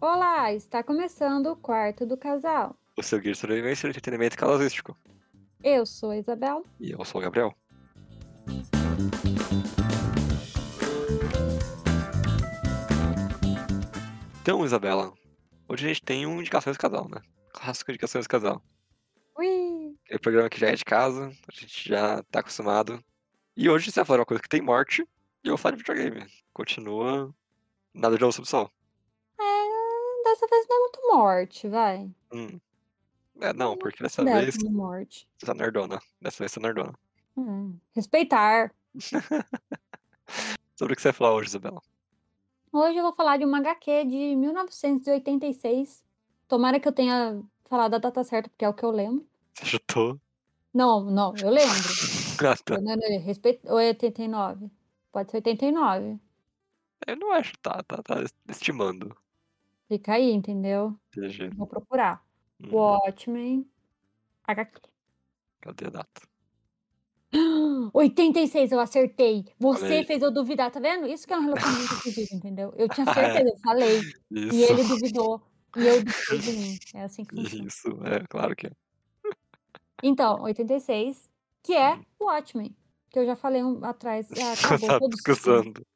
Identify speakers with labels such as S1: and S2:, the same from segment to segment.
S1: Olá, está começando o quarto do casal.
S2: O seu guia de sobrevivência e entretenimento casalístico.
S1: Eu sou a Isabel.
S2: E eu sou o Gabriel. Então, Isabela, hoje a gente tem um Indicações Casal, né? Clássico Indicações Casal.
S1: Ui!
S2: É um programa que já é de casa, a gente já tá acostumado. E hoje você vai falar uma coisa que tem morte e eu vou falar de videogame. Continua nada de novo sobre o sol.
S1: É, dessa vez não é muito morte, vai.
S2: Hum. É, não, porque dessa
S1: Dessa
S2: vez
S1: de morte.
S2: você tá nerdona. Dessa vez você tá nerdona.
S1: Hum, Respeitar.
S2: Sobre o que você vai falar hoje, Isabela?
S1: Hoje eu vou falar de uma HQ de 1986. Tomara que eu tenha falado a data certa, porque é o que eu lembro.
S2: Você chutou?
S1: Não, não, eu lembro.
S2: Ah, tá.
S1: Não, não, não, respeito. Ou é 89? Pode ser 89.
S2: Eu não acho, tá, tá, tá estimando.
S1: Fica aí, entendeu?
S2: Entendi.
S1: Vou procurar.
S2: Hum,
S1: Watchmen. HQ.
S2: Cadê a data?
S1: 86, eu acertei. Você
S2: aí.
S1: fez eu duvidar, tá vendo? Isso que é um relacionamento fodido, entendeu? Eu tinha certeza, eu falei. E
S2: É. Isso,
S1: ele duvidou. E eu duvidei de mim. É assim que funciona.
S2: isso, é claro que é.
S1: Então, 86, que é o Watchmen. Que eu já falei um, atrás. ah,
S2: Hum. tá
S1: Acabou todo
S2: discussando.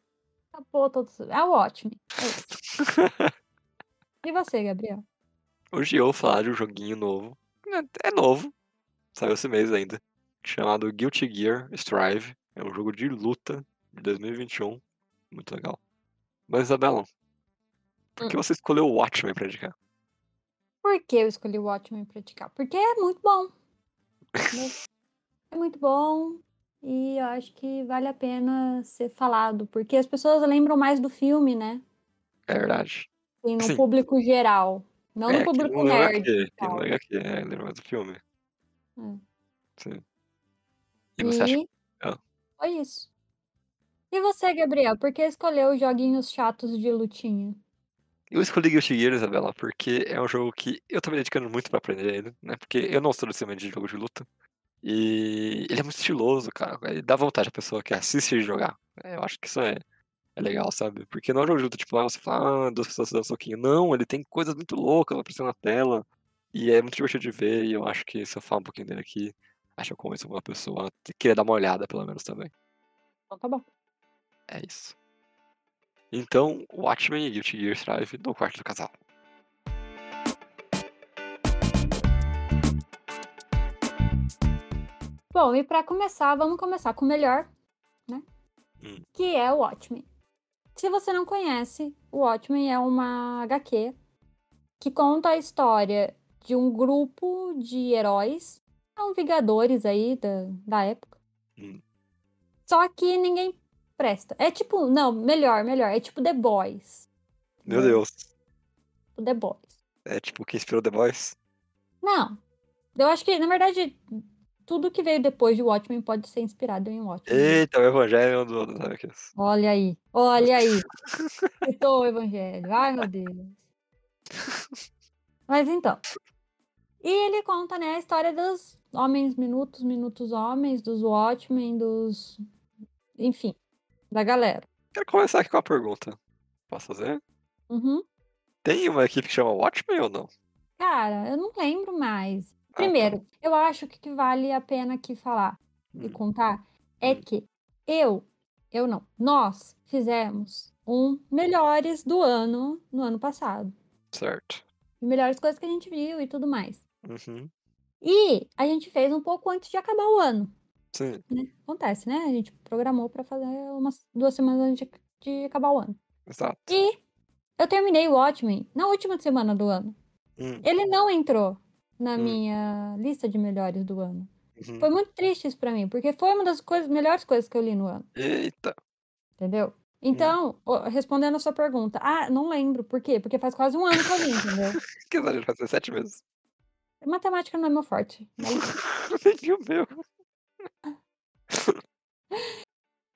S1: Acabou todo É o Watchmen. é isso. E você, Gabriel?
S2: Hoje eu vou falar de um joguinho novo. É é novo. Saiu esse mês ainda. Chamado Guilty Gear Strive. É um jogo de luta de 2021. Muito legal. Mas, Isabela, por
S1: Hum.
S2: que você escolheu o Watchmen pra indicar?
S1: Por que eu escolhi o Watchmen pra indicar? Porque é muito bom. né? é muito bom e eu acho que vale a pena ser falado, porque as pessoas lembram mais do filme, né?
S2: É verdade.
S1: Assim, no
S2: Sim.
S1: público geral, não no
S2: é, quem
S1: público
S2: não lembra
S1: nerd.
S2: que- Quem
S1: tal.
S2: não lembra que é, lembra mais do filme.
S1: Hum.
S2: Sim. E você acha
S1: E
S2: Ah.
S1: foi isso. E você, Gabriel, por que escolheu os joguinhos chatos de lutinha?
S2: Eu escolhi Guilty Gear, Isabela, porque é um jogo que eu tô me dedicando muito pra aprender ele, né? Porque eu não sou necessariamente de jogo de luta. E ele é muito estiloso, cara. Ele dá vontade à pessoa que assiste ele jogar. É, Eu acho que isso é, é legal, sabe? Porque não é um jogo de luta, tipo, ah, você fala, ah, duas pessoas se dando soquinho. Não, ele tem coisas muito loucas aparecendo na tela. E é muito divertido de ver, e eu acho que se eu falar um pouquinho dele aqui, acho que eu convenço alguma pessoa a querer dar uma olhada, pelo menos, também.
S1: Então tá bom.
S2: É isso. Então, Watchmen e Guilty Gear Strive no quarto do casal.
S1: Bom, e pra começar, vamos começar com o melhor, né?
S2: Hum.
S1: Que é o Watchmen. Se você não conhece, o Watchmen é uma HQ que conta a história de um grupo de heróis, são vingadores aí da, da época.
S2: Hum.
S1: Só que ninguém presta. É tipo, não, melhor, melhor, é tipo The Boys.
S2: Meu
S1: entendeu?
S2: Deus.
S1: The Boys.
S2: É tipo quem inspirou The Boys?
S1: Não. Eu acho que, na verdade, tudo que veio depois de Watchmen pode ser inspirado em Watchmen.
S2: Eita, o é Evangelho do do- sabe aqueles?
S1: Olha aí, olha aí. Citou o evangelho. Ai, meu Deus. Mas então. E ele conta, né, a história dos homens minutos, minutos homens, dos Watchmen, dos. Enfim, da galera.
S2: Quero começar aqui com uma pergunta. Posso fazer?
S1: Uhum.
S2: Tem uma equipe que chama Watchmen ou não?
S1: Cara, eu não lembro mais.
S2: tá.
S1: Primeiro, eu acho que o que vale a pena aqui falar e
S2: Hum.
S1: contar é
S2: Hum.
S1: que eu, eu não, nós fizemos um melhores do ano no ano passado.
S2: Certo.
S1: de melhores coisas que a gente viu e tudo mais.
S2: Uhum.
S1: E a gente fez um pouco antes de acabar o ano.
S2: Sim.
S1: Acontece, né? A gente programou pra fazer umas duas semanas antes de- de acabar o ano.
S2: Exato.
S1: E eu terminei o Watchmen na última semana do ano.
S2: Hum,
S1: Ele não entrou na
S2: Hum.
S1: minha lista de melhores do ano.
S2: uhum.
S1: Foi muito triste isso pra mim, porque foi uma das coisas, melhores coisas que eu li no ano,
S2: Eita.
S1: entendeu? Então,
S2: Hum.
S1: ó, respondendo a sua pergunta, ah, não lembro, por quê? Porque faz quase um ano que eu li, entendeu?
S2: Que exagero, faz 17 meses.
S1: Matemática não é meu forte. né?
S2: Entendi o meu.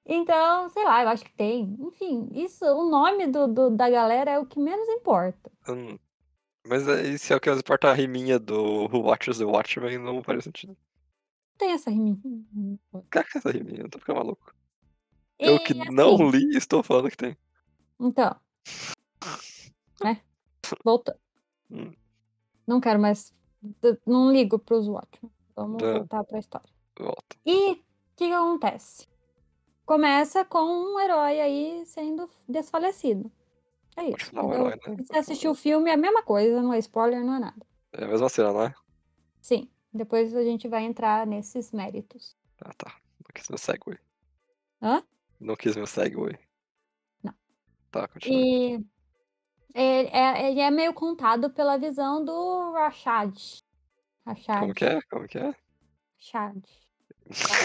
S1: Então, sei lá, eu acho que tem. Enfim, isso, o nome do, do- da galera é o que menos importa.
S2: Hum. Mas aí, se é o que nos importa a riminha do Who Watches the Watchmen, não faz sentido.
S1: Tem essa riminha.
S2: Caraca, essa riminha, eu tô ficando maluco. Eu É que
S1: E,
S2: não
S1: É, assim,
S2: li, estou falando que tem.
S1: Então. Né? Volta.
S2: Hum.
S1: Não quero mais. d- Não ligo pros Watchmen. Vamos
S2: Tá.
S1: voltar pra história.
S2: Volta.
S1: E o que que acontece? Começa com um herói aí sendo desfalecido. É isso.
S2: Continuar o
S1: entendeu?
S2: herói, né?
S1: Se assistir o filme, é a mesma coisa, não é spoiler, não é nada.
S2: É a mesma cena, não é?
S1: Sim, depois a gente vai entrar nesses méritos.
S2: Ah, tá. Não quis meu segue.
S1: Hã?
S2: Não quis meu segue.
S1: Não.
S2: Tá, continua.
S1: E ele é, ele é meio contado pela visão do Rashad. Rashad.
S2: Como que é? Como que é?
S1: Rashad.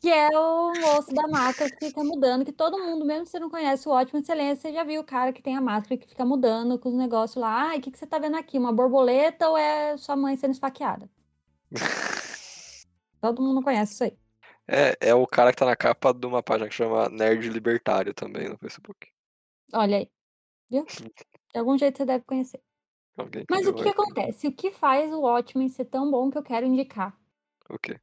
S1: Que é o moço da máscara que fica mudando, que todo mundo, mesmo se você não conhece o ótimo excelência, você já viu o cara que tem a máscara que fica mudando com os negócios lá. Ai, o que, que você tá vendo aqui? Uma borboleta ou é sua mãe sendo esfaqueada? Todo mundo conhece isso aí.
S2: É, é o cara que tá na capa de uma página que chama Nerd Libertário também no Facebook.
S1: Olha aí. Viu? De algum jeito você deve conhecer.
S2: Alguém
S1: Mas o
S2: deu
S1: que, que
S2: essa-
S1: acontece? O que faz o Watchmen ser tão bom que eu quero indicar? é?
S2: O quê?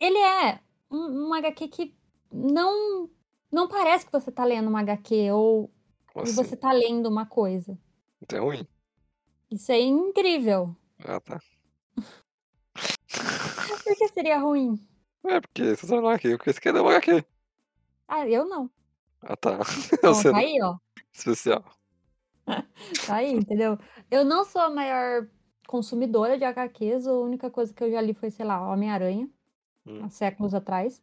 S1: Ele é um, um HQ que não não parece que você tá lendo uma HQ ou
S2: Como
S1: que
S2: assim?
S1: você tá lendo uma coisa.
S2: Então é ruim?
S1: Isso é incrível.
S2: Ah, tá.
S1: Por que seria ruim?
S2: É, porque você sabe lá aqui, porque você quer dar uma HQ.
S1: Ah, eu não.
S2: Ah, tá.
S1: Então,
S2: Você
S1: tá aí, ó.
S2: especial.
S1: Tá aí, entendeu? Eu não sou a maior consumidora de HQs. A única coisa que eu já li foi, sei lá, Homem-Aranha,
S2: Hum.
S1: há séculos atrás.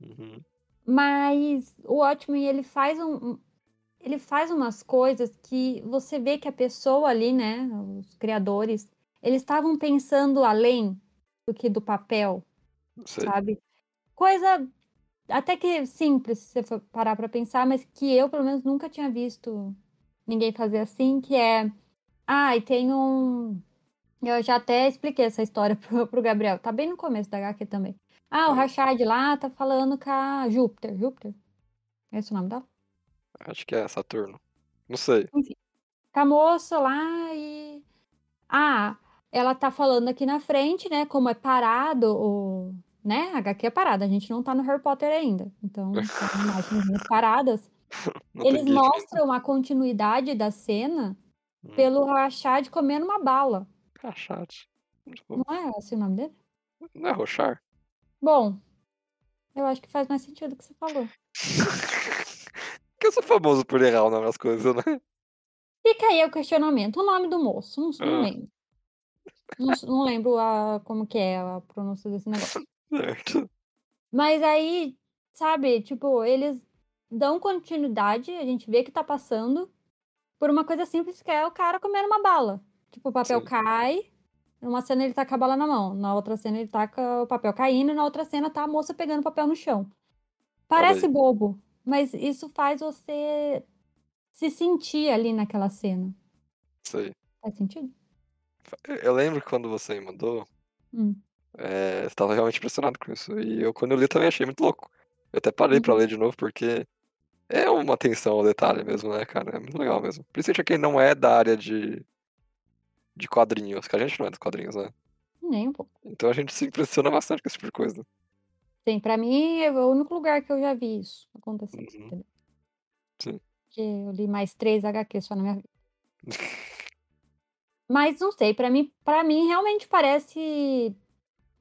S2: Uhum.
S1: Mas o Watchmen, ele faz um. um- Ele faz umas coisas que você vê que a pessoa ali, né? Os criadores, eles estavam pensando além do que do papel,
S2: Não sei.
S1: sabe? Coisa até que simples, se você for parar pra pensar, mas que eu, pelo menos, nunca tinha visto ninguém fazer assim, que é. Ai, tem um. Eu já até expliquei essa história pro, pro Gabriel. Tá bem no começo da HQ também. Ah, o
S2: Hum.
S1: Rashad lá tá falando com a Júpiter. Júpiter? É esse o nome dela?
S2: Acho que é Saturno. Não sei.
S1: com a Tá moça lá e. Ah, ela tá falando aqui na frente, né? Como é parado o. Né? A HQ é parada, a gente não tá no Harry Potter ainda. Então, são imagens paradas.
S2: Não
S1: Eles
S2: tem gif.
S1: mostram a continuidade da cena
S2: Hum.
S1: pelo Rashad comendo uma bala.
S2: Rachate.
S1: Não é esse o nome dele?
S2: Ah, Não é Rochar?
S1: Bom, eu acho que faz mais sentido o que você falou.
S2: Que eu sou famoso por errar o nome das coisas, né?
S1: Fica aí o questionamento. O nome do moço, não, não
S2: Ah.
S1: lembro. Não, não lembro a, como que é a pronúncia desse negócio.
S2: Certo.
S1: Mas aí, sabe, tipo, eles dão continuidade, a gente vê que tá passando por uma coisa simples que é o cara comendo uma bala. Tipo, o papel
S2: Sim.
S1: cai, numa cena ele tá com a bala na mão, na outra cena ele tá com o papel caindo, e na outra cena tá a moça pegando o papel no chão. Parece bobo, mas isso faz você se sentir ali naquela cena.
S2: Isso aí.
S1: Faz sentido?
S2: Eu- Eu lembro que quando você me mandou,
S1: Hum.
S2: é, você tava realmente impressionado com isso. E eu, quando eu li, também achei muito louco. Eu até parei pra
S1: Uhum.
S2: ler de novo, porque é uma atenção ao detalhe mesmo, né, cara? É muito legal mesmo. Principalmente pra quem não é da área de, de quadrinhos, que a gente não é dos quadrinhos, né?
S1: Nem um pouco.
S2: Então a gente se impressiona bastante com esse tipo de coisa.
S1: Sim, pra mim é o único lugar que eu já vi isso acontecer.
S2: Uhum.
S1: entendeu?
S2: Sim.
S1: Porque eu li mais três HQs só na minha vida. Mas não sei, pra mim, para mim realmente parece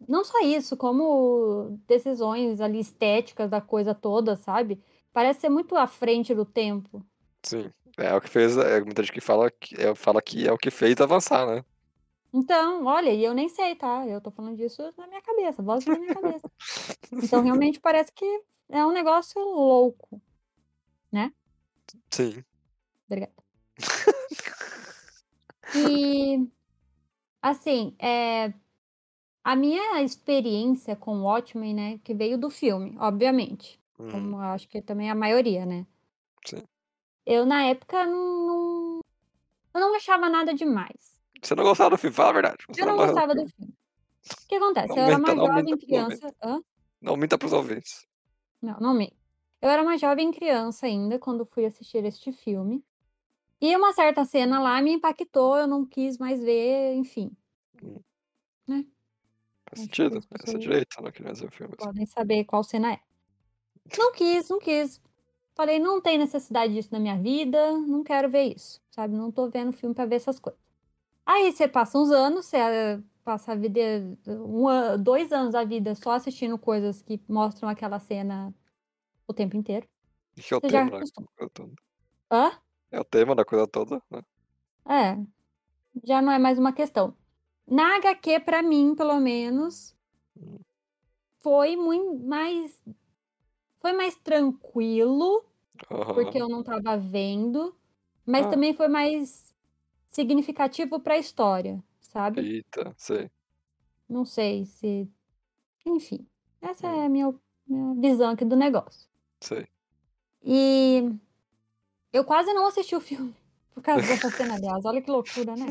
S1: não só isso, como decisões ali estéticas da coisa toda, sabe? Parece ser muito à frente do tempo.
S2: Sim. É o que fez. É, muita gente que fala que, é, fala que é o que fez avançar, né?
S1: Então, olha, e eu nem sei, tá? Eu tô falando disso na minha cabeça, voz na minha cabeça. Então, realmente parece que é um negócio louco.
S2: Sim.
S1: Obrigada. E assim, é, a minha experiência com o Watchmen, né, que veio do filme, obviamente,
S2: Uhum.
S1: como eu acho que também a maioria, né?
S2: Sim.
S1: Eu na época não, não- eu não achava nada demais.
S2: Você não gostava do filme, fala a verdade. Você
S1: Eu não
S2: gosta-
S1: gostava do filme. O que acontece?
S2: Não
S1: eu era
S2: aumenta,
S1: uma
S2: não aumenta,
S1: jovem
S2: não aumenta.
S1: criança. Hã?
S2: Não minta pros ouvintes.
S1: Não, não me. Eu era uma jovem criança ainda quando fui assistir este filme. E uma certa cena lá me impactou, eu não quis mais ver, enfim.
S2: Faz
S1: Acho que as
S2: sentido. Essa é
S1: pessoas
S2: direito, não queria dizer o filme. mas-
S1: podem saber qual cena é. Não quis, não quis. Falei, não tem necessidade disso na minha vida, não quero ver isso, sabe? Não tô vendo filme pra ver essas coisas. Aí você passa uns anos, você eh, passa a vida, um an- dois anos da vida só assistindo coisas que mostram aquela cena o tempo inteiro.
S2: E que é o
S1: Você já
S2: tema da
S1: acostuma.
S2: coisa toda.
S1: Hã?
S2: É o tema da coisa toda, né?
S1: É, já não é mais uma questão. Na HQ, pra mim, pelo menos,
S2: Hum.
S1: foi muito mais. Foi mais tranquilo,
S2: Aham.
S1: porque eu não tava vendo, mas
S2: Ah.
S1: também foi mais significativo pra história, sabe?
S2: Eita, sei.
S1: Não sei se. Enfim, essa
S2: Hum.
S1: é a minha, minha visão aqui do negócio.
S2: Sei.
S1: E eu quase não assisti o filme por causa dessa cena, aliás. Olha que loucura, né?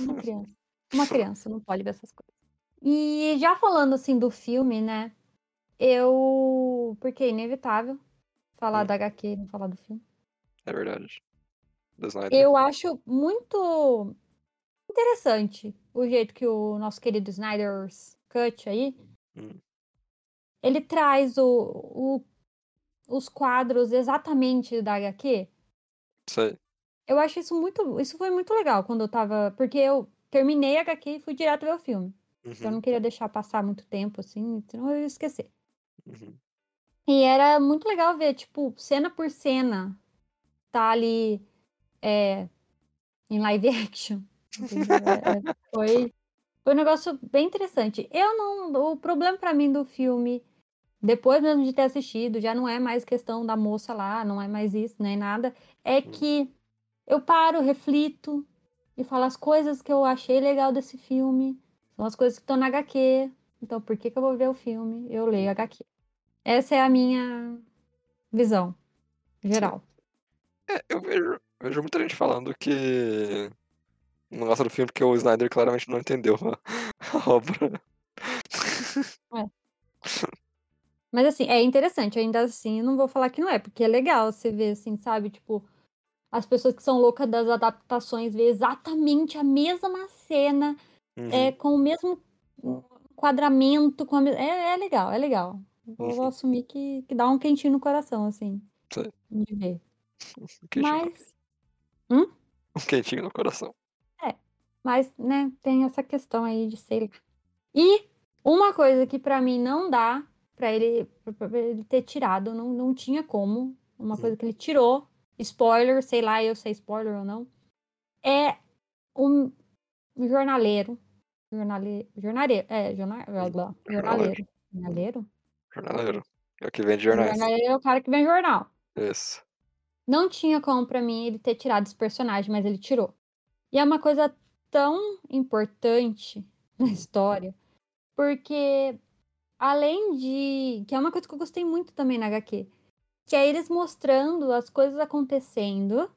S1: Uma criança. Uma criança não pode ver essas coisas. E já falando assim do filme, né? Eu. Porque é inevitável falar
S2: Hum.
S1: da HQ e não falar do filme.
S2: É verdade. é Do Snyder.
S1: Eu acho muito interessante o jeito que o nosso querido Snyder's Cut aí.
S2: Hum.
S1: Ele traz o, o- os quadros exatamente da HQ.
S2: Sei.
S1: Eu acho isso muito. Isso foi muito legal quando eu tava. Porque eu terminei a HQ e fui direto ver o filme. Eu
S2: Uhum,
S1: não queria deixar passar muito tempo, assim, senão eu ia esquecer.
S2: uhum.
S1: E era muito legal ver, tipo, cena por cena, tá ali é, em live action. entendeu? É- é- foi, foi um negócio bem interessante. Eu não. O problema pra mim do filme, depois mesmo de ter assistido, já não é mais questão da moça lá, não é mais isso, nem nada. É que eu paro, reflito e falo as coisas que eu achei legal desse filme. São as coisas que estão na HQ. Então, por que, que eu vou ver o filme? Eu leio HQ. Essa é a minha visão geral.
S2: É, eu vejo, eu vejo muita gente falando que não gosta do filme porque o Snyder claramente não entendeu a, a obra.
S1: Mas assim, é interessante, ainda assim, eu não vou falar que não é, porque é legal você ver assim, sabe? Tipo, as pessoas que são loucas das adaptações ver exatamente a mesma cena, é,
S2: Uhum,
S1: com o mesmo enquadramento, com a me- é, é legal, é legal. Vou, vou
S2: uhum.
S1: assumir que, que dá um quentinho no coração, assim,
S2: Sei.
S1: de ver.
S2: Um quentinho, no-
S1: Mas,
S2: um quentinho no coração.
S1: mas, né, tem essa questão aí de ser. E uma coisa que pra mim não dá pra ele, pra ele ter tirado, não, não tinha como. Uma
S2: Hum.
S1: coisa que ele tirou, spoiler, sei lá, eu sei spoiler ou não, é um jornaleiro. Jornale, jornaleiro, é, jorna, blá, blá, jornaleiro. Jornaleiro?
S2: Jornaleiro. É o que vende
S1: O
S2: jornais.
S1: jornaleiro é o cara que vem jornal.
S2: Isso.
S1: Não tinha como pra mim ele ter tirado esse personagem, mas ele tirou. E é uma coisa tão importante na história, porque além de. que é uma coisa que eu gostei muito também na HQ, que é eles mostrando as coisas acontecendo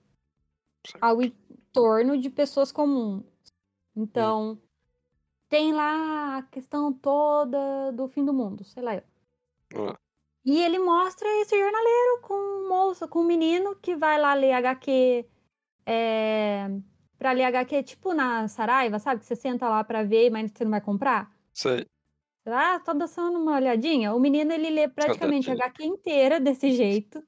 S1: ao entorno de pessoas comuns. Então, tem lá a questão toda do fim do mundo, sei lá. eu.
S2: Ah,
S1: E ele mostra esse jornaleiro com um moço, com um menino que vai lá ler HQ. É, pra ler HQ, tipo na Saraiva, sabe? Que você senta lá pra ver, mas você não vai comprar.
S2: Sei.
S1: Você vai, Ah, tô dando uma olhadinha. O menino, ele lê praticamente a
S2: Saudade.
S1: HQ inteira desse jeito.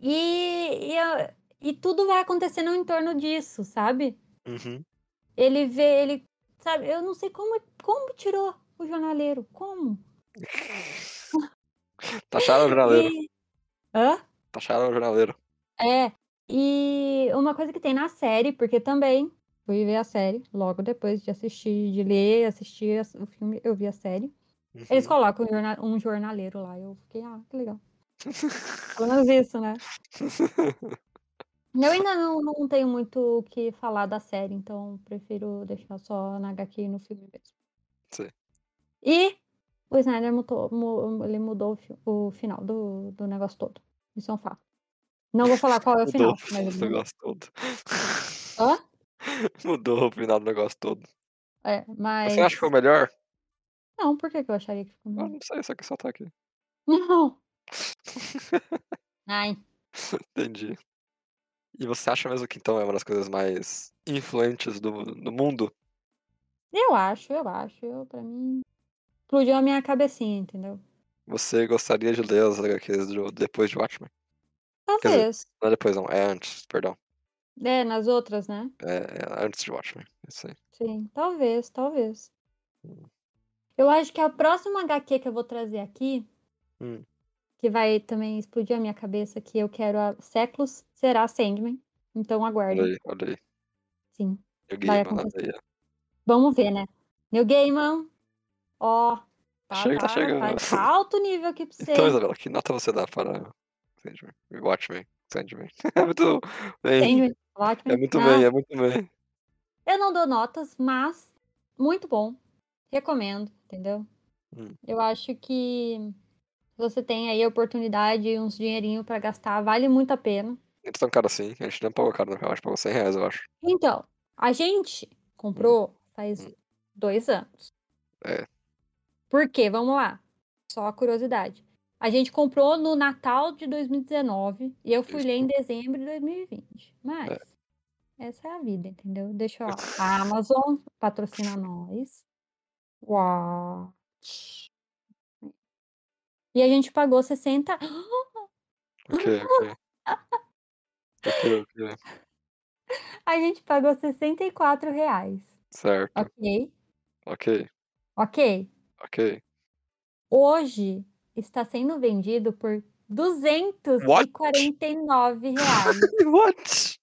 S1: E, e, a- e tudo vai acontecendo em torno disso, sabe?
S2: Uhum.
S1: Ele vê, ele. Sabe, eu não sei como, como tirou o jornaleiro. Como?
S2: Taxaram Tá o jornaleiro.
S1: E... Hã?
S2: Taxaram o jornaleiro.
S1: É. E uma coisa que tem na série, porque também fui ver a série logo depois de assistir, de ler, assistir as- o filme, eu vi a série. Eles
S2: Uhum.
S1: colocam um jorna- um jornaleiro lá. Eu fiquei, ah, que legal. Pelo menos isso, né? Eu ainda não, não tenho muito o que falar da série, então prefiro deixar só na HQ e no filme mesmo.
S2: Sei.
S1: E o Snyder mudou, mu- ele mudou o, fi- o final do, do negócio todo. Isso é um fato. Não vou falar qual é o
S2: Mudou
S1: final,
S2: o
S1: mas
S2: final
S1: ele
S2: do
S1: mudou.
S2: negócio todo.
S1: Hã?
S2: Mudou o final do negócio todo.
S1: É,
S2: Você acha que
S1: mas.
S2: foi o melhor?
S1: Não, por que, que eu acharia que ficou
S2: Ah,
S1: melhor?
S2: não sei, só que só tá aqui.
S1: Não! Ai.
S2: Entendi. E você acha mesmo que então é uma das coisas mais influentes do, do mundo?
S1: Eu acho, eu acho. Eu, pra mim. Explodiu a minha cabecinha, entendeu?
S2: Você gostaria de ler as HQs do- depois de Watchmen? dizer,
S1: Talvez.
S2: Não é depois, não. É antes, perdão.
S1: É, nas outras, né?
S2: É, é antes de Watchmen. Isso aí.
S1: Sim, talvez, talvez.
S2: Hum.
S1: Eu acho que a próxima HQ que eu vou trazer aqui,
S2: Hum.
S1: que vai também explodir a minha cabeça, que eu quero há séculos, será Sandman. Então
S2: Olha
S1: aguardem,
S2: aí, olha aí.
S1: sim.
S2: Eu
S1: Vai
S2: guia, mano.
S1: acontecer. Vamos ver, né? Neil Gaiman, ó, tá,
S2: Chega,
S1: tá,
S2: chega.
S1: tá, tá alto nível aqui pra você.
S2: Então, Isabela, que nota você dá para Sandman? Watchmen. Sandman. É muito bem.
S1: Sandman, Watchmen.
S2: É muito
S1: Não,
S2: bem, é muito bem.
S1: Eu não dou notas, mas muito bom. Recomendo, entendeu?
S2: Hum.
S1: Eu acho que você tem aí a oportunidade e uns dinheirinho pra gastar, vale muito a pena.
S2: Eles são caros assim. A gente não pagou caro, não. Eu acho que pagou 100 reais, eu acho.
S1: Então, a gente comprou faz
S2: Hum.
S1: dois anos.
S2: É.
S1: Por quê? Vamos lá. Só a curiosidade. A gente comprou no Natal de 2019 e eu fui
S2: Isso.
S1: ler em dezembro de 2020. Mas essa é a vida, entendeu? Deixa eu... A Amazon patrocina nós. Uau. E a gente pagou 60.
S2: Ok, ok. ok, ok.
S1: A gente pagou 64 reais.
S2: Certo.
S1: Ok?
S2: Ok,
S1: Ok.
S2: ok.
S1: Hoje está sendo vendido por 249 reais.
S2: What?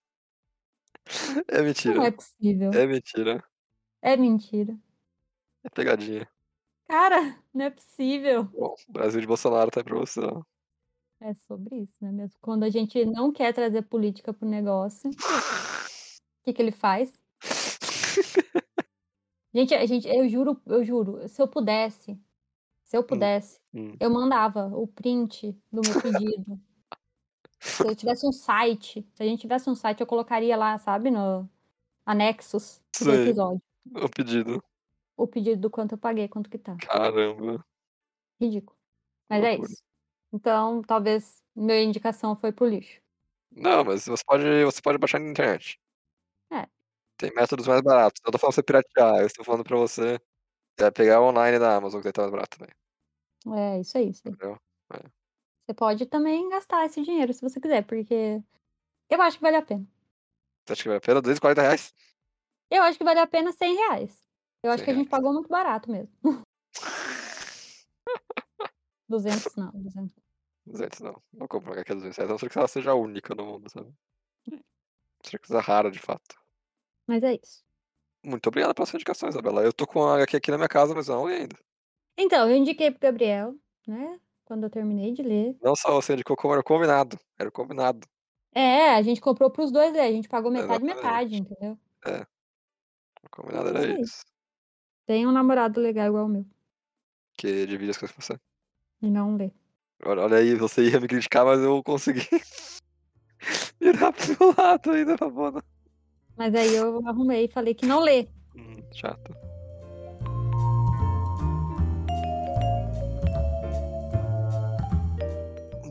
S2: É mentira.
S1: Não é possível.
S2: É mentira.
S1: É mentira.
S2: É pegadinha.
S1: Cara, não é possível.
S2: Bom, o Brasil de Bolsonaro tá aí pra você. ó.
S1: É sobre isso, né mesmo? Quando a gente não quer trazer política pro negócio, o que, que ele faz? Gente, a gente, eu juro, eu juro, se eu pudesse, se eu pudesse,
S2: hum.
S1: eu mandava o print do meu pedido. se eu tivesse um site, se a gente tivesse um site, eu colocaria lá, sabe, no anexos do
S2: Sei.
S1: episódio,
S2: O Um pedido.
S1: o pedido do quanto eu paguei, quanto que tá.
S2: Caramba.
S1: Ridículo. Mas é
S2: Loucura.
S1: isso. Então, talvez minha indicação foi pro lixo.
S2: Não, mas você pode, você pode baixar na internet.
S1: É.
S2: Tem métodos mais baratos. Eu tô falando pra você piratear. Eu estou falando pra você é, pegar online da Amazon, que daí tá mais barato também.
S1: É, isso aí. Isso aí.
S2: Entendeu?
S1: Você pode também gastar esse dinheiro se você quiser, porque eu acho que vale a pena.
S2: Você acha que vale a pena? 240 reais?
S1: Eu acho que vale a pena 100 reais. Eu acho
S2: 100
S1: que a gente
S2: reais.
S1: pagou muito barato mesmo. 200 não, 200.
S2: 200 não. Não compro uma HQ 200 reais. A não ser que ela seja única no mundo, sabe? Hum. A não ser que seja rara, de fato.
S1: Mas é isso.
S2: Muito obrigado pelas suas indicações, Isabela. Eu tô com a HQ aqui na minha casa, mas eu não li ainda.
S1: Então, eu indiquei pro Gabriel, né? Quando eu terminei de ler.
S2: Não só você indicou como era o combinado. Era o combinado.
S1: É, a gente comprou pros dois ler, a gente pagou metade,
S2: Exatamente.
S1: metade, entendeu?
S2: O
S1: É
S2: combinado era
S1: isso aí.
S2: isso.
S1: Tem um namorado legal igual o meu.
S2: Que divide as coisas com você.
S1: E não lê.
S2: Olha, olha aí, você ia me criticar, mas eu consegui virar pro lado ainda, tá né? Rabona.
S1: Mas aí eu arrumei e falei que não lê.
S2: Hum, chato.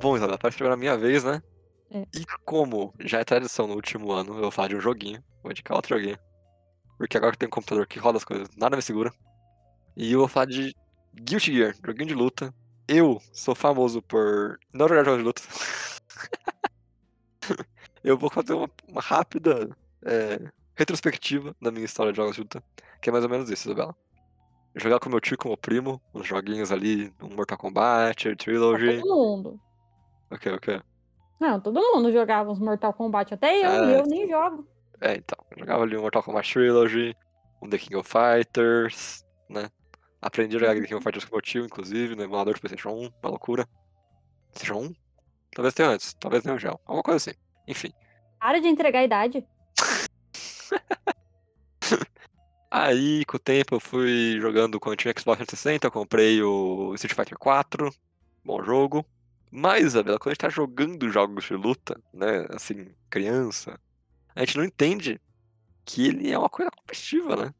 S2: Bom, Isabela, parece que agora é a minha vez, né?
S1: É.
S2: E como já é tradição no último ano, eu vou falar de um joguinho. Vou indicar outro joguinho. Porque agora que tem um computador que roda as coisas, nada me segura. E eu vou falar de Guilty Gear, joguinho de luta. Eu sou famoso por não jogar jogos de luta. eu vou fazer uma, uma rápida é, retrospectiva da minha história de jogos de luta, que é mais ou menos isso, Isabela. Eu jogava com meu tio e com meu primo, uns joguinhos ali, um Mortal Kombat,
S1: Pra
S2: Trilogy.
S1: todo mundo.
S2: Ok, ok.
S1: Não, todo mundo jogava uns Mortal Kombat, até eu, e
S2: Ah,
S1: eu nem jogo.
S2: É, então. Eu jogava ali um Mortal Kombat Trilogy, um The King of Fighters, né? Aprendi a jogar The King of Fighters com meu tio, inclusive, no emulador de PlayStation 1, uma loucura. PlayStation 1? Talvez tenha antes, talvez tenha o gel, alguma coisa assim. Enfim.
S1: Para de entregar a idade.
S2: Aí, com o tempo, eu fui jogando quando eu tinha Xbox 360, eu comprei o Street Fighter 4, bom jogo. Mas, Isabela, quando a gente tá jogando jogos de luta, né, assim, criança, a gente não entende que ele é uma coisa competitiva, né?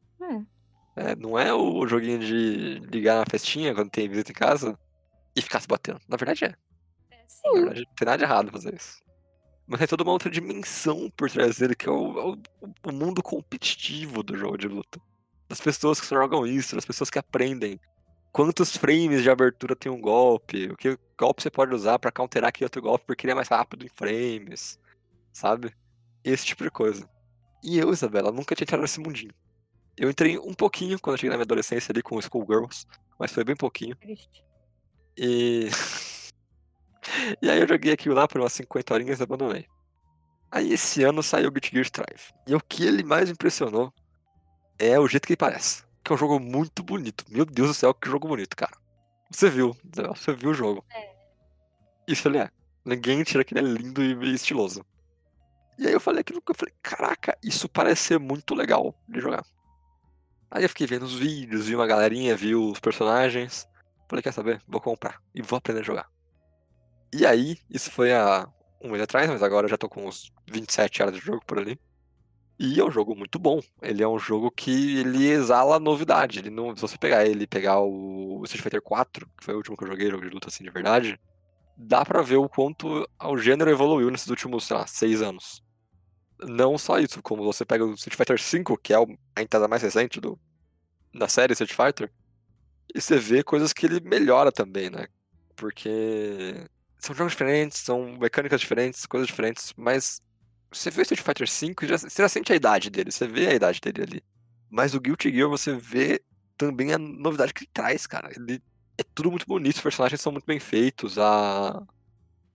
S1: É.
S2: É, não é o joguinho de ligar na festinha quando tem visita em casa e ficar se batendo. Na verdade é. Na
S1: Sim.
S2: verdade, não tem nada de errado fazer isso. Mas é toda uma outra dimensão por trás dele, que é o, o- o mundo competitivo do jogo de luta. Das pessoas que só jogam isso, das pessoas que aprendem quantos frames de abertura tem um golpe, o que golpe você pode usar pra counterar aquele outro golpe porque ele é mais rápido em frames, sabe? Esse tipo de coisa. E eu, Isabela, nunca tinha entrado nesse mundinho. Eu entrei um pouquinho quando eu cheguei na minha adolescência ali com o Schoolgirls, mas foi bem pouquinho.
S1: Triste.
S2: E. e aí eu joguei aquilo lá por umas 50 horinhas e abandonei. Aí esse ano saiu o Guilty Gear Strive. E o que ele mais impressionou é o jeito que ele parece. Que é um jogo muito bonito. Meu Deus do céu, que jogo bonito, cara. Você viu, Zé, você viu o jogo. Isso ele é. Ninguém tira que ele é lindo e e estiloso. E aí eu falei aquilo que eu falei, caraca, isso parece ser muito legal de jogar. Aí eu fiquei vendo os vídeos, vi uma galerinha, vi os personagens. Falei, quer saber? Vou comprar e vou aprender a jogar. E aí, isso foi há um mês atrás, mas agora eu já tô com uns 27 horas de jogo por ali. E é um jogo muito bom. Ele é um jogo que ele exala novidade. Ele não, se você pegar ele e pegar o Street Fighter 4, que foi o último que eu joguei, jogo de luta assim de verdade, dá pra ver o quanto o gênero evoluiu nesses últimos, sei lá, seis anos. Não só isso, como você pega o Street Fighter 5, que é o- a entrada mais recente do, da série Street Fighter, e você vê coisas que ele melhora também, né? Porque são jogos diferentes, são mecânicas diferentes, coisas diferentes, mas você vê o Street Fighter V, já, você já sente a idade dele, você vê a idade dele ali. Mas o Guilty Gear você vê também a novidade que ele traz, cara. Ele é tudo muito bonito, os personagens são muito bem feitos, a...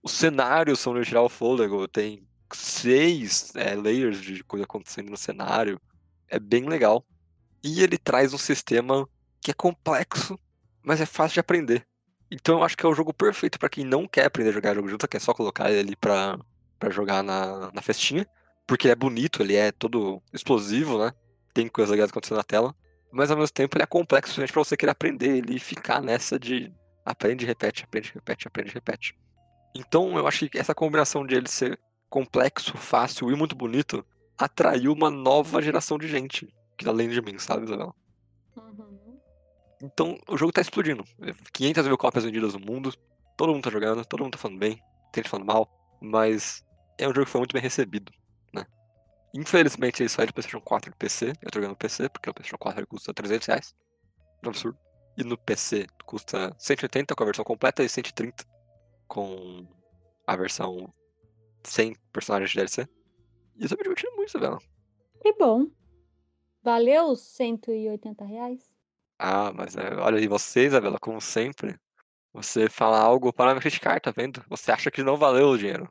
S2: os cenários são no geral fôlego, tem seis é, layers de coisa acontecendo no cenário. É bem legal. E ele traz um sistema que é complexo, mas é fácil de aprender. Então eu acho que é o jogo perfeito pra quem não quer aprender a jogar jogo de luta, que é só colocar ele ali pra, pra jogar na, na festinha. Porque ele é bonito, ele é todo explosivo, né? Tem coisas legais acontecendo na tela. Mas ao mesmo tempo ele é complexo suficiente pra você querer aprender ele e ficar nessa de aprende, repete, aprende, repete, aprende, repete. Então eu acho que essa combinação de ele ser complexo, fácil e muito bonito atraiu uma nova geração de gente. Que além de mim, sabe, Isabela?
S1: Uhum.
S2: Então, o jogo tá explodindo. 500 mil cópias vendidas no mundo. Todo mundo tá jogando, todo mundo tá falando bem, tem gente falando mal. Mas é um jogo que foi muito bem recebido, né? Infelizmente, ele saiu do PlayStation 4 e do PC. Eu tô jogando no PC, porque o PlayStation 4 ele custa 300 reais. Um absurdo. E no PC custa 180 com a versão completa e 130 com a versão sem personagens de DLC. E eu tô me divertindo muito, Isabela.
S1: Que bom. Valeu os 180 reais?
S2: Ah, mas é, olha aí, você, Isabela, como sempre, você fala algo para me criticar, tá vendo? Você acha que não valeu o dinheiro.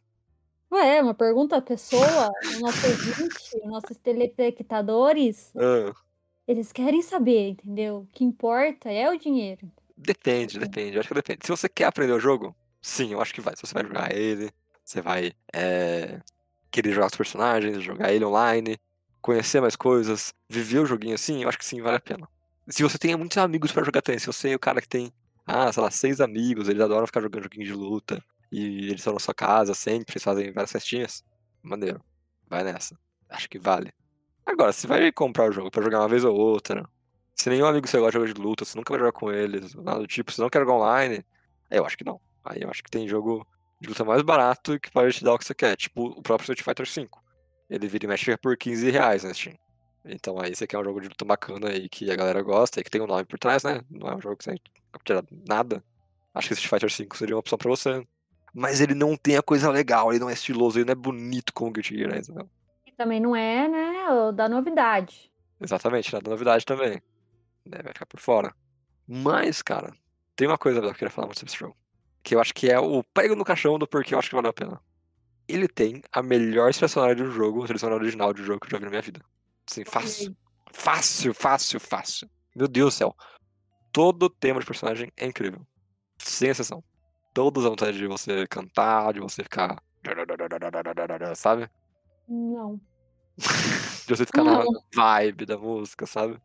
S1: Ué, é uma pergunta à pessoa, o nosso ouvinte, os nossos telespectadores,
S2: Ah,
S1: eles querem saber, entendeu? O que importa é o dinheiro.
S2: Depende, depende, eu acho que depende. Se você quer aprender o jogo, sim, eu acho que vai. Se você vai jogar ele, você vai eh, querer jogar os personagens, jogar ele online, conhecer mais coisas, viver o joguinho assim, eu acho que sim, vale a pena. Se você tem muitos amigos pra jogar também, se você é o cara que tem, ah, sei lá, seis amigos, eles adoram ficar jogando joguinho de luta, e eles estão na sua casa sempre, eles fazem várias festinhas, maneiro, vai nessa. Acho que vale. Agora, se vai comprar o jogo pra jogar uma vez ou outra, se nenhum amigo seu gosta de jogo de luta, você nunca vai jogar com eles, nada do tipo, você não quer jogar online, aí eu acho que não. Aí eu acho que tem jogo de luta mais barato e que pode te dar o que você quer, tipo o próprio Street Fighter V. Ele vira e mexe fica por 15 reais na Steam. Então aí você quer um jogo de luta bacana aí que a galera gosta e que tem um nome por trás, né? Não é um jogo que você tirar nada. Acho que Street Fighter V seria uma opção pra você. Mas ele não tem a coisa legal, ele não é estiloso, ele não é bonito como o Guilty Gear, né? Isabel?
S1: E também não é, né, o da novidade.
S2: Exatamente, nada novidade também. né, vai ficar por fora. Mas, cara, tem uma coisa que eu queria falar muito sobre esse jogo. Que eu acho que é o prego no caixão do porquê eu acho que valeu a pena. Ele tem a melhor selecionária do um jogo, a selecionária original do jogo que eu já vi na minha vida. Assim, fácil. Fácil, fácil, fácil. Meu Deus do céu. Todo tema de personagem é incrível. Sem exceção. Todas as vontade de você cantar, de você ficar. Sabe?
S1: Não.
S2: De você ficar
S1: Não.
S2: na vibe da música, sabe?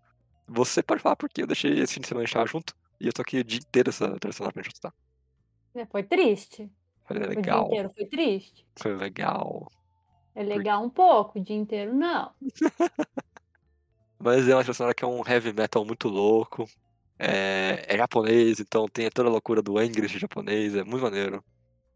S2: Você pode falar porque eu deixei esse fim de semana deixar junto e eu tô aqui o dia inteiro essa tradicional pra gente escutar.
S1: É, Foi triste.
S2: Falei,
S1: O dia
S2: legal,
S1: inteiro foi triste.
S2: foi legal.
S1: É legal um pouco, o dia inteiro não.
S2: Mas é uma tradicional que é um heavy metal muito louco. É, é japonês, então tem toda a loucura do English japonês, é muito maneiro.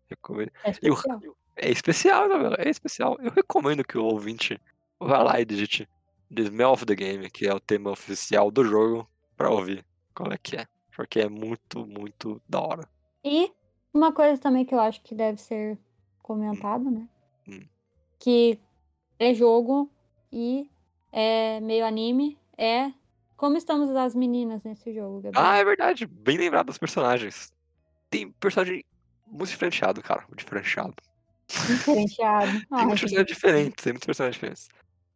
S2: Recomendo.
S1: É
S2: Eu-
S1: especial.
S2: É especial, né, velho? É especial. Eu recomendo que o ouvinte vá lá e digite The Smell of the Game, que é o tema oficial do jogo, pra ouvir qual é que é. Porque é muito, muito da hora.
S1: E uma coisa também que eu acho que deve ser comentada, né?
S2: Hum.
S1: Que é jogo e é meio anime. É como estamos as meninas nesse jogo, Gabriel.
S2: Ah, é verdade. Bem lembrado dos personagens. Tem personagem muito diferenciado, cara. Diferenciado.
S1: Diferenciado. Ah,
S2: Tem
S1: Ai, gente.
S2: muitos personagens diferentes, tem muitos personagens diferentes.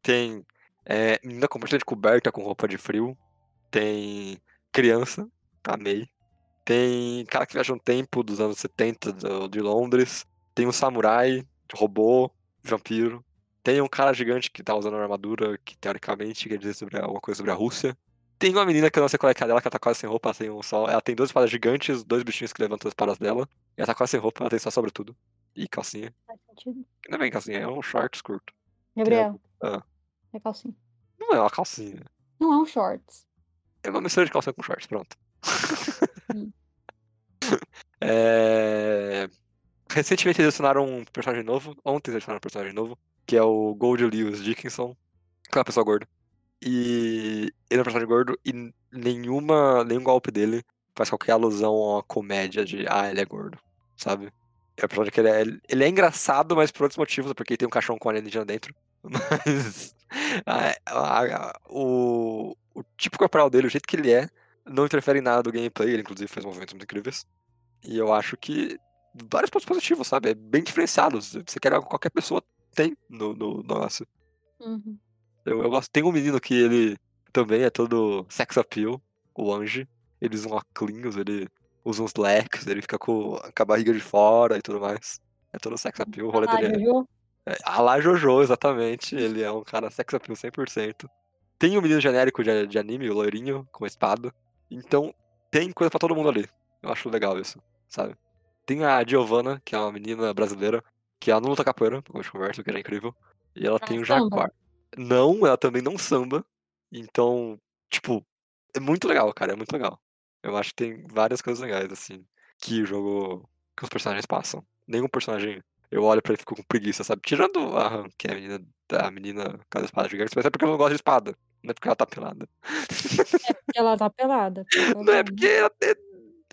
S2: Tem é, menina completamente coberta com roupa de frio. Tem criança, amei. Tem cara que viaja no tempo dos anos 70 do- de Londres. Tem um samurai, robô, vampiro. Tem um cara gigante que tá usando uma armadura que teoricamente quer dizer sobre alguma coisa sobre a Rússia. Tem uma menina que eu não sei qual é que é dela, que ela tá quase sem roupa, ela tem um só. Ela tem duas espadas gigantes, dois bichinhos que levantam as espadas dela. E ela tá quase sem roupa, ela tem só sobretudo. E calcinha.
S1: Faz sentido.
S2: Que Não é bem calcinha, é um shorts curto.
S1: Gabriel.
S2: Ah.
S1: É calcinha.
S2: Não é uma calcinha.
S1: Não é um shorts.
S2: É uma mistura de calcinha com shorts, pronto.
S1: Hum.
S2: É, Recentemente eles adicionaram um personagem novo. Ontem eles adicionaram um personagem novo. Que é o Gold Lewis Dickinson. Que é uma pessoa gorda. E ele é um personagem gordo e nenhuma, nenhum golpe dele faz qualquer alusão a uma comédia de ah, ele é gordo, sabe? É um personagem que ele é, ele é engraçado, mas por outros motivos, porque ele tem um caixão com alienígena dentro. Mas a- a- a- o, o tipo corporal dele, o jeito que ele é, não interfere em nada do gameplay. Ele, inclusive, faz movimentos muito incríveis. E eu acho que vários pontos positivos, sabe? É bem diferenciado. se Você quer algo que qualquer pessoa tem no, no, no lance.
S1: Uhum.
S2: Eu, eu gosto. Tem um menino que ele também é todo sex appeal, o Anji. Ele usa um óculos, ele usa uns leques, ele fica com a barriga de fora e tudo mais. É todo sex appeal, o rolê
S1: Ah,
S2: dele é
S1: Jojo.
S2: é, A la Jojo, exatamente. Ele é um cara sex appeal 100%. Tem um menino genérico de, de anime, o loirinho, com a espada. Então, tem coisa pra todo mundo ali. Eu acho legal isso, sabe? Tem a Giovanna, que é uma menina brasileira, que ela não luta capoeira, como a gente conversa, o que era incrível. E ela
S1: Ela
S2: tem um
S1: samba?
S2: jaguar. Não, ela também não samba. Então, tipo, é muito legal, cara. É muito legal. Eu acho que tem várias coisas legais, assim, que o jogo. que os personagens passam. Nenhum personagem eu olho pra ele e fico com preguiça, sabe? Tirando a Han, que é a menina, a menina com as espadas gigantes, mas é porque eu não gosto de espada. Não é porque ela tá pelada.
S1: Ela tá pelada. porque eu
S2: Não é
S1: tô-
S2: porque ela é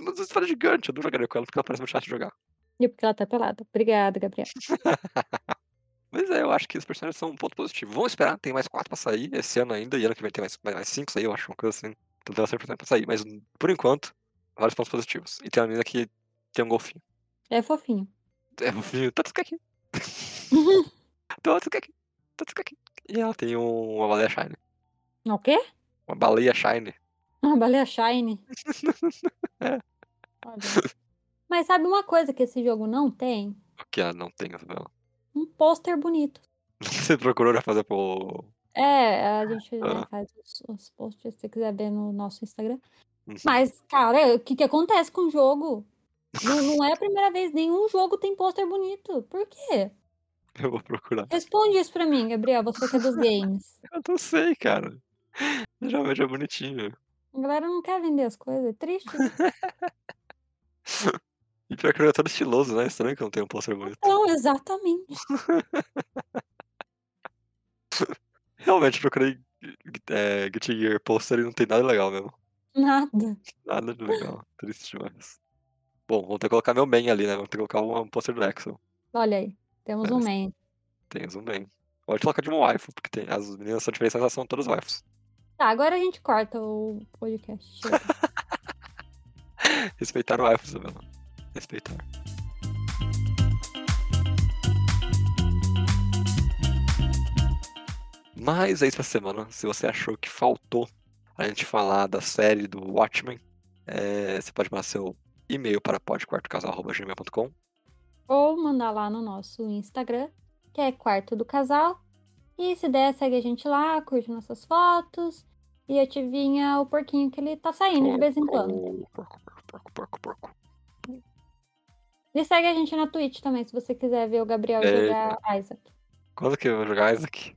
S2: uma espada gigante. Eu não jogaria com ela porque ela parece muito chata de jogar.
S1: E porque ela tá pelada. Obrigada, Gabriel.
S2: Mas é, eu acho que os personagens são um ponto positivo. Vamos esperar, tem mais quatro pra sair esse ano ainda, e ano que vem tem mais, mais, mais cinco sair, eu acho, uma coisa assim. Então tem bastante personagem pra sair, mas por enquanto, vários pontos positivos. E tem uma menina que tem um golfinho.
S1: É fofinho.
S2: É um golfinho, tá tudo aqui. Tá tudo aqui. Tá tudo aqui. E ela tem um- uma baleia shiny.
S1: o quê?
S2: Uma baleia shiny.
S1: Uma baleia shiny.
S2: É.
S1: Olha. Mas sabe uma coisa que esse jogo não tem?
S2: O que ela não tem, Isabela?
S1: Um pôster bonito.
S2: Você procurou já fazer pro.
S1: É, a gente né,
S2: Ah.
S1: faz os, os posts se você quiser ver no nosso Instagram.
S2: Uhum.
S1: Mas, cara, o que, que acontece com o jogo? Não, não é a primeira vez, nenhum jogo tem pôster bonito. Por quê?
S2: Eu vou procurar.
S1: Responde isso pra mim, Gabriel, você que é dos games.
S2: Eu não sei, cara. Geralmente é bonitinho.
S1: A galera não quer vender as coisas, é triste.
S2: E pior que ele é todo estiloso, né? Estranho que não tem um pôster bonito.
S1: Não, exatamente.
S2: Realmente, eu procurei é, Guilty Gear pôster e não tem nada legal mesmo.
S1: Nada.
S2: Nada de legal. Triste demais. Bom, vou ter que colocar meu bem ali, né? Vou ter que colocar um, um pôster do Axel.
S1: Olha aí, temos um man.
S2: Tens um bem. Pode colocar de uma waifu, porque tem, as meninas são diferentes, mas elas são todas waifus.
S1: Tá, agora a gente corta o podcast. Chega.
S2: Respeitar waifus, Isabela. Respeitar. Mas é isso pra semana. Se você achou que faltou a gente falar da série do Watchmen, eh, você pode mandar seu e-mail para podquartocasal.gmail.com.
S1: Ou mandar lá no nosso Instagram, que é Quarto do Casal. E se der, segue a gente lá, curte nossas fotos. E adivinha o porquinho que ele tá saindo de vez em quando.
S2: Porco, porco, porco, porco, porco.
S1: E segue a gente na Twitch também, se você quiser ver o Gabriel
S2: Eita.
S1: jogar Isaac.
S2: Quando que eu vou jogar Isaac?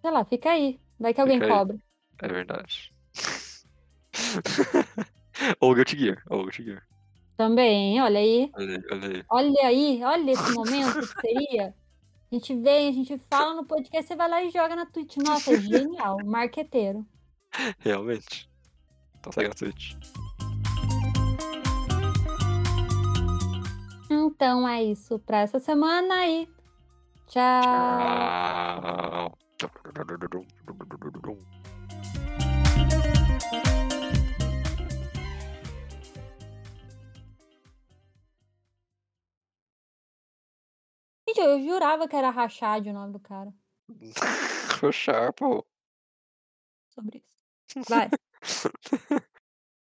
S1: Sei lá, fica aí. Vai que alguém
S2: Fica aí.
S1: cobra.
S2: É verdade. ou Guilty Gear. Ou Guilty Gear.
S1: Também, olha aí.
S2: Olha aí, olha aí.
S1: Olha aí, olha esse momento que seria. A gente vem, a gente fala no podcast, você vai lá e joga na Twitch. Nossa, genial, marqueteiro.
S2: Realmente. Então segue na Twitch.
S1: Então é isso pra essa semana e tchau.
S2: Tchau.
S1: Gente, eu jurava que era Rachad o nome do cara.
S2: O Sharpo.
S1: Sobre isso. Vai.